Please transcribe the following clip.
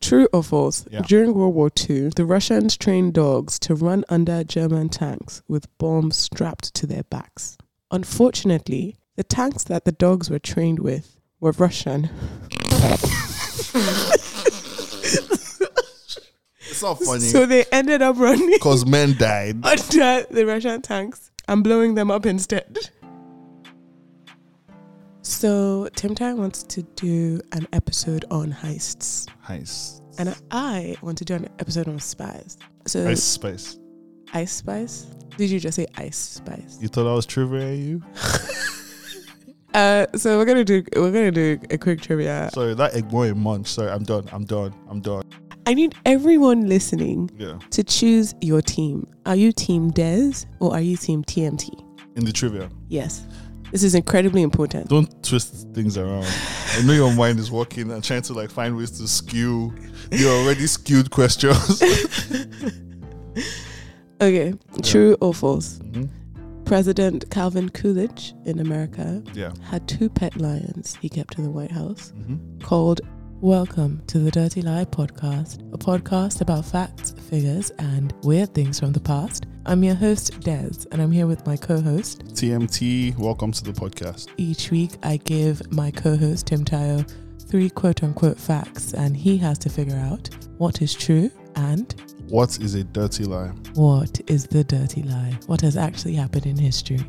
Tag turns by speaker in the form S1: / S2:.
S1: True or false?
S2: Yeah.
S1: During World War II, the Russians trained dogs to run under German tanks with bombs strapped to their backs. Unfortunately, the tanks that the dogs were trained with were Russian.
S2: It's not funny
S1: So they ended up running
S2: because men died.
S1: under the Russian tanks and blowing them up instead. So Tim Tai wants to do an episode on heists,
S2: Heist.
S1: and I want to do an episode on spies. So
S2: Ice Spice.
S1: ice spice? Did you just say ice spice?
S2: You thought I was triviating you?
S1: Uh, so we're gonna do we're gonna do a quick trivia.
S2: Sorry, that Egboy munch. Sorry, I'm done. I'm done. I'm done.
S1: I need everyone listening
S2: Yeah.
S1: to choose your team. Are you team Des or are you team TMT?
S2: In the trivia.
S1: Yes, this is incredibly important.
S2: Don't twist things around. I know your mind is working and trying to like find ways to skew your already skewed questions.
S1: Okay, true or false?
S2: Mhm.
S1: President Calvin Coolidge in America
S2: Yeah.
S1: had two pet lions he kept in the White House.
S2: Mhm.
S1: called Welcome to the Dirty Lie Podcast, a podcast about facts, figures, and weird things from the past. I'm your host, Des, and I'm here with my co host.
S2: TMT, welcome to the podcast.
S1: Each week, I give my co host, Tim Tayo, three quote unquote facts, and he has to figure out what is true and
S2: What is a dirty lie?
S1: what is the dirty lie, what has actually happened in history.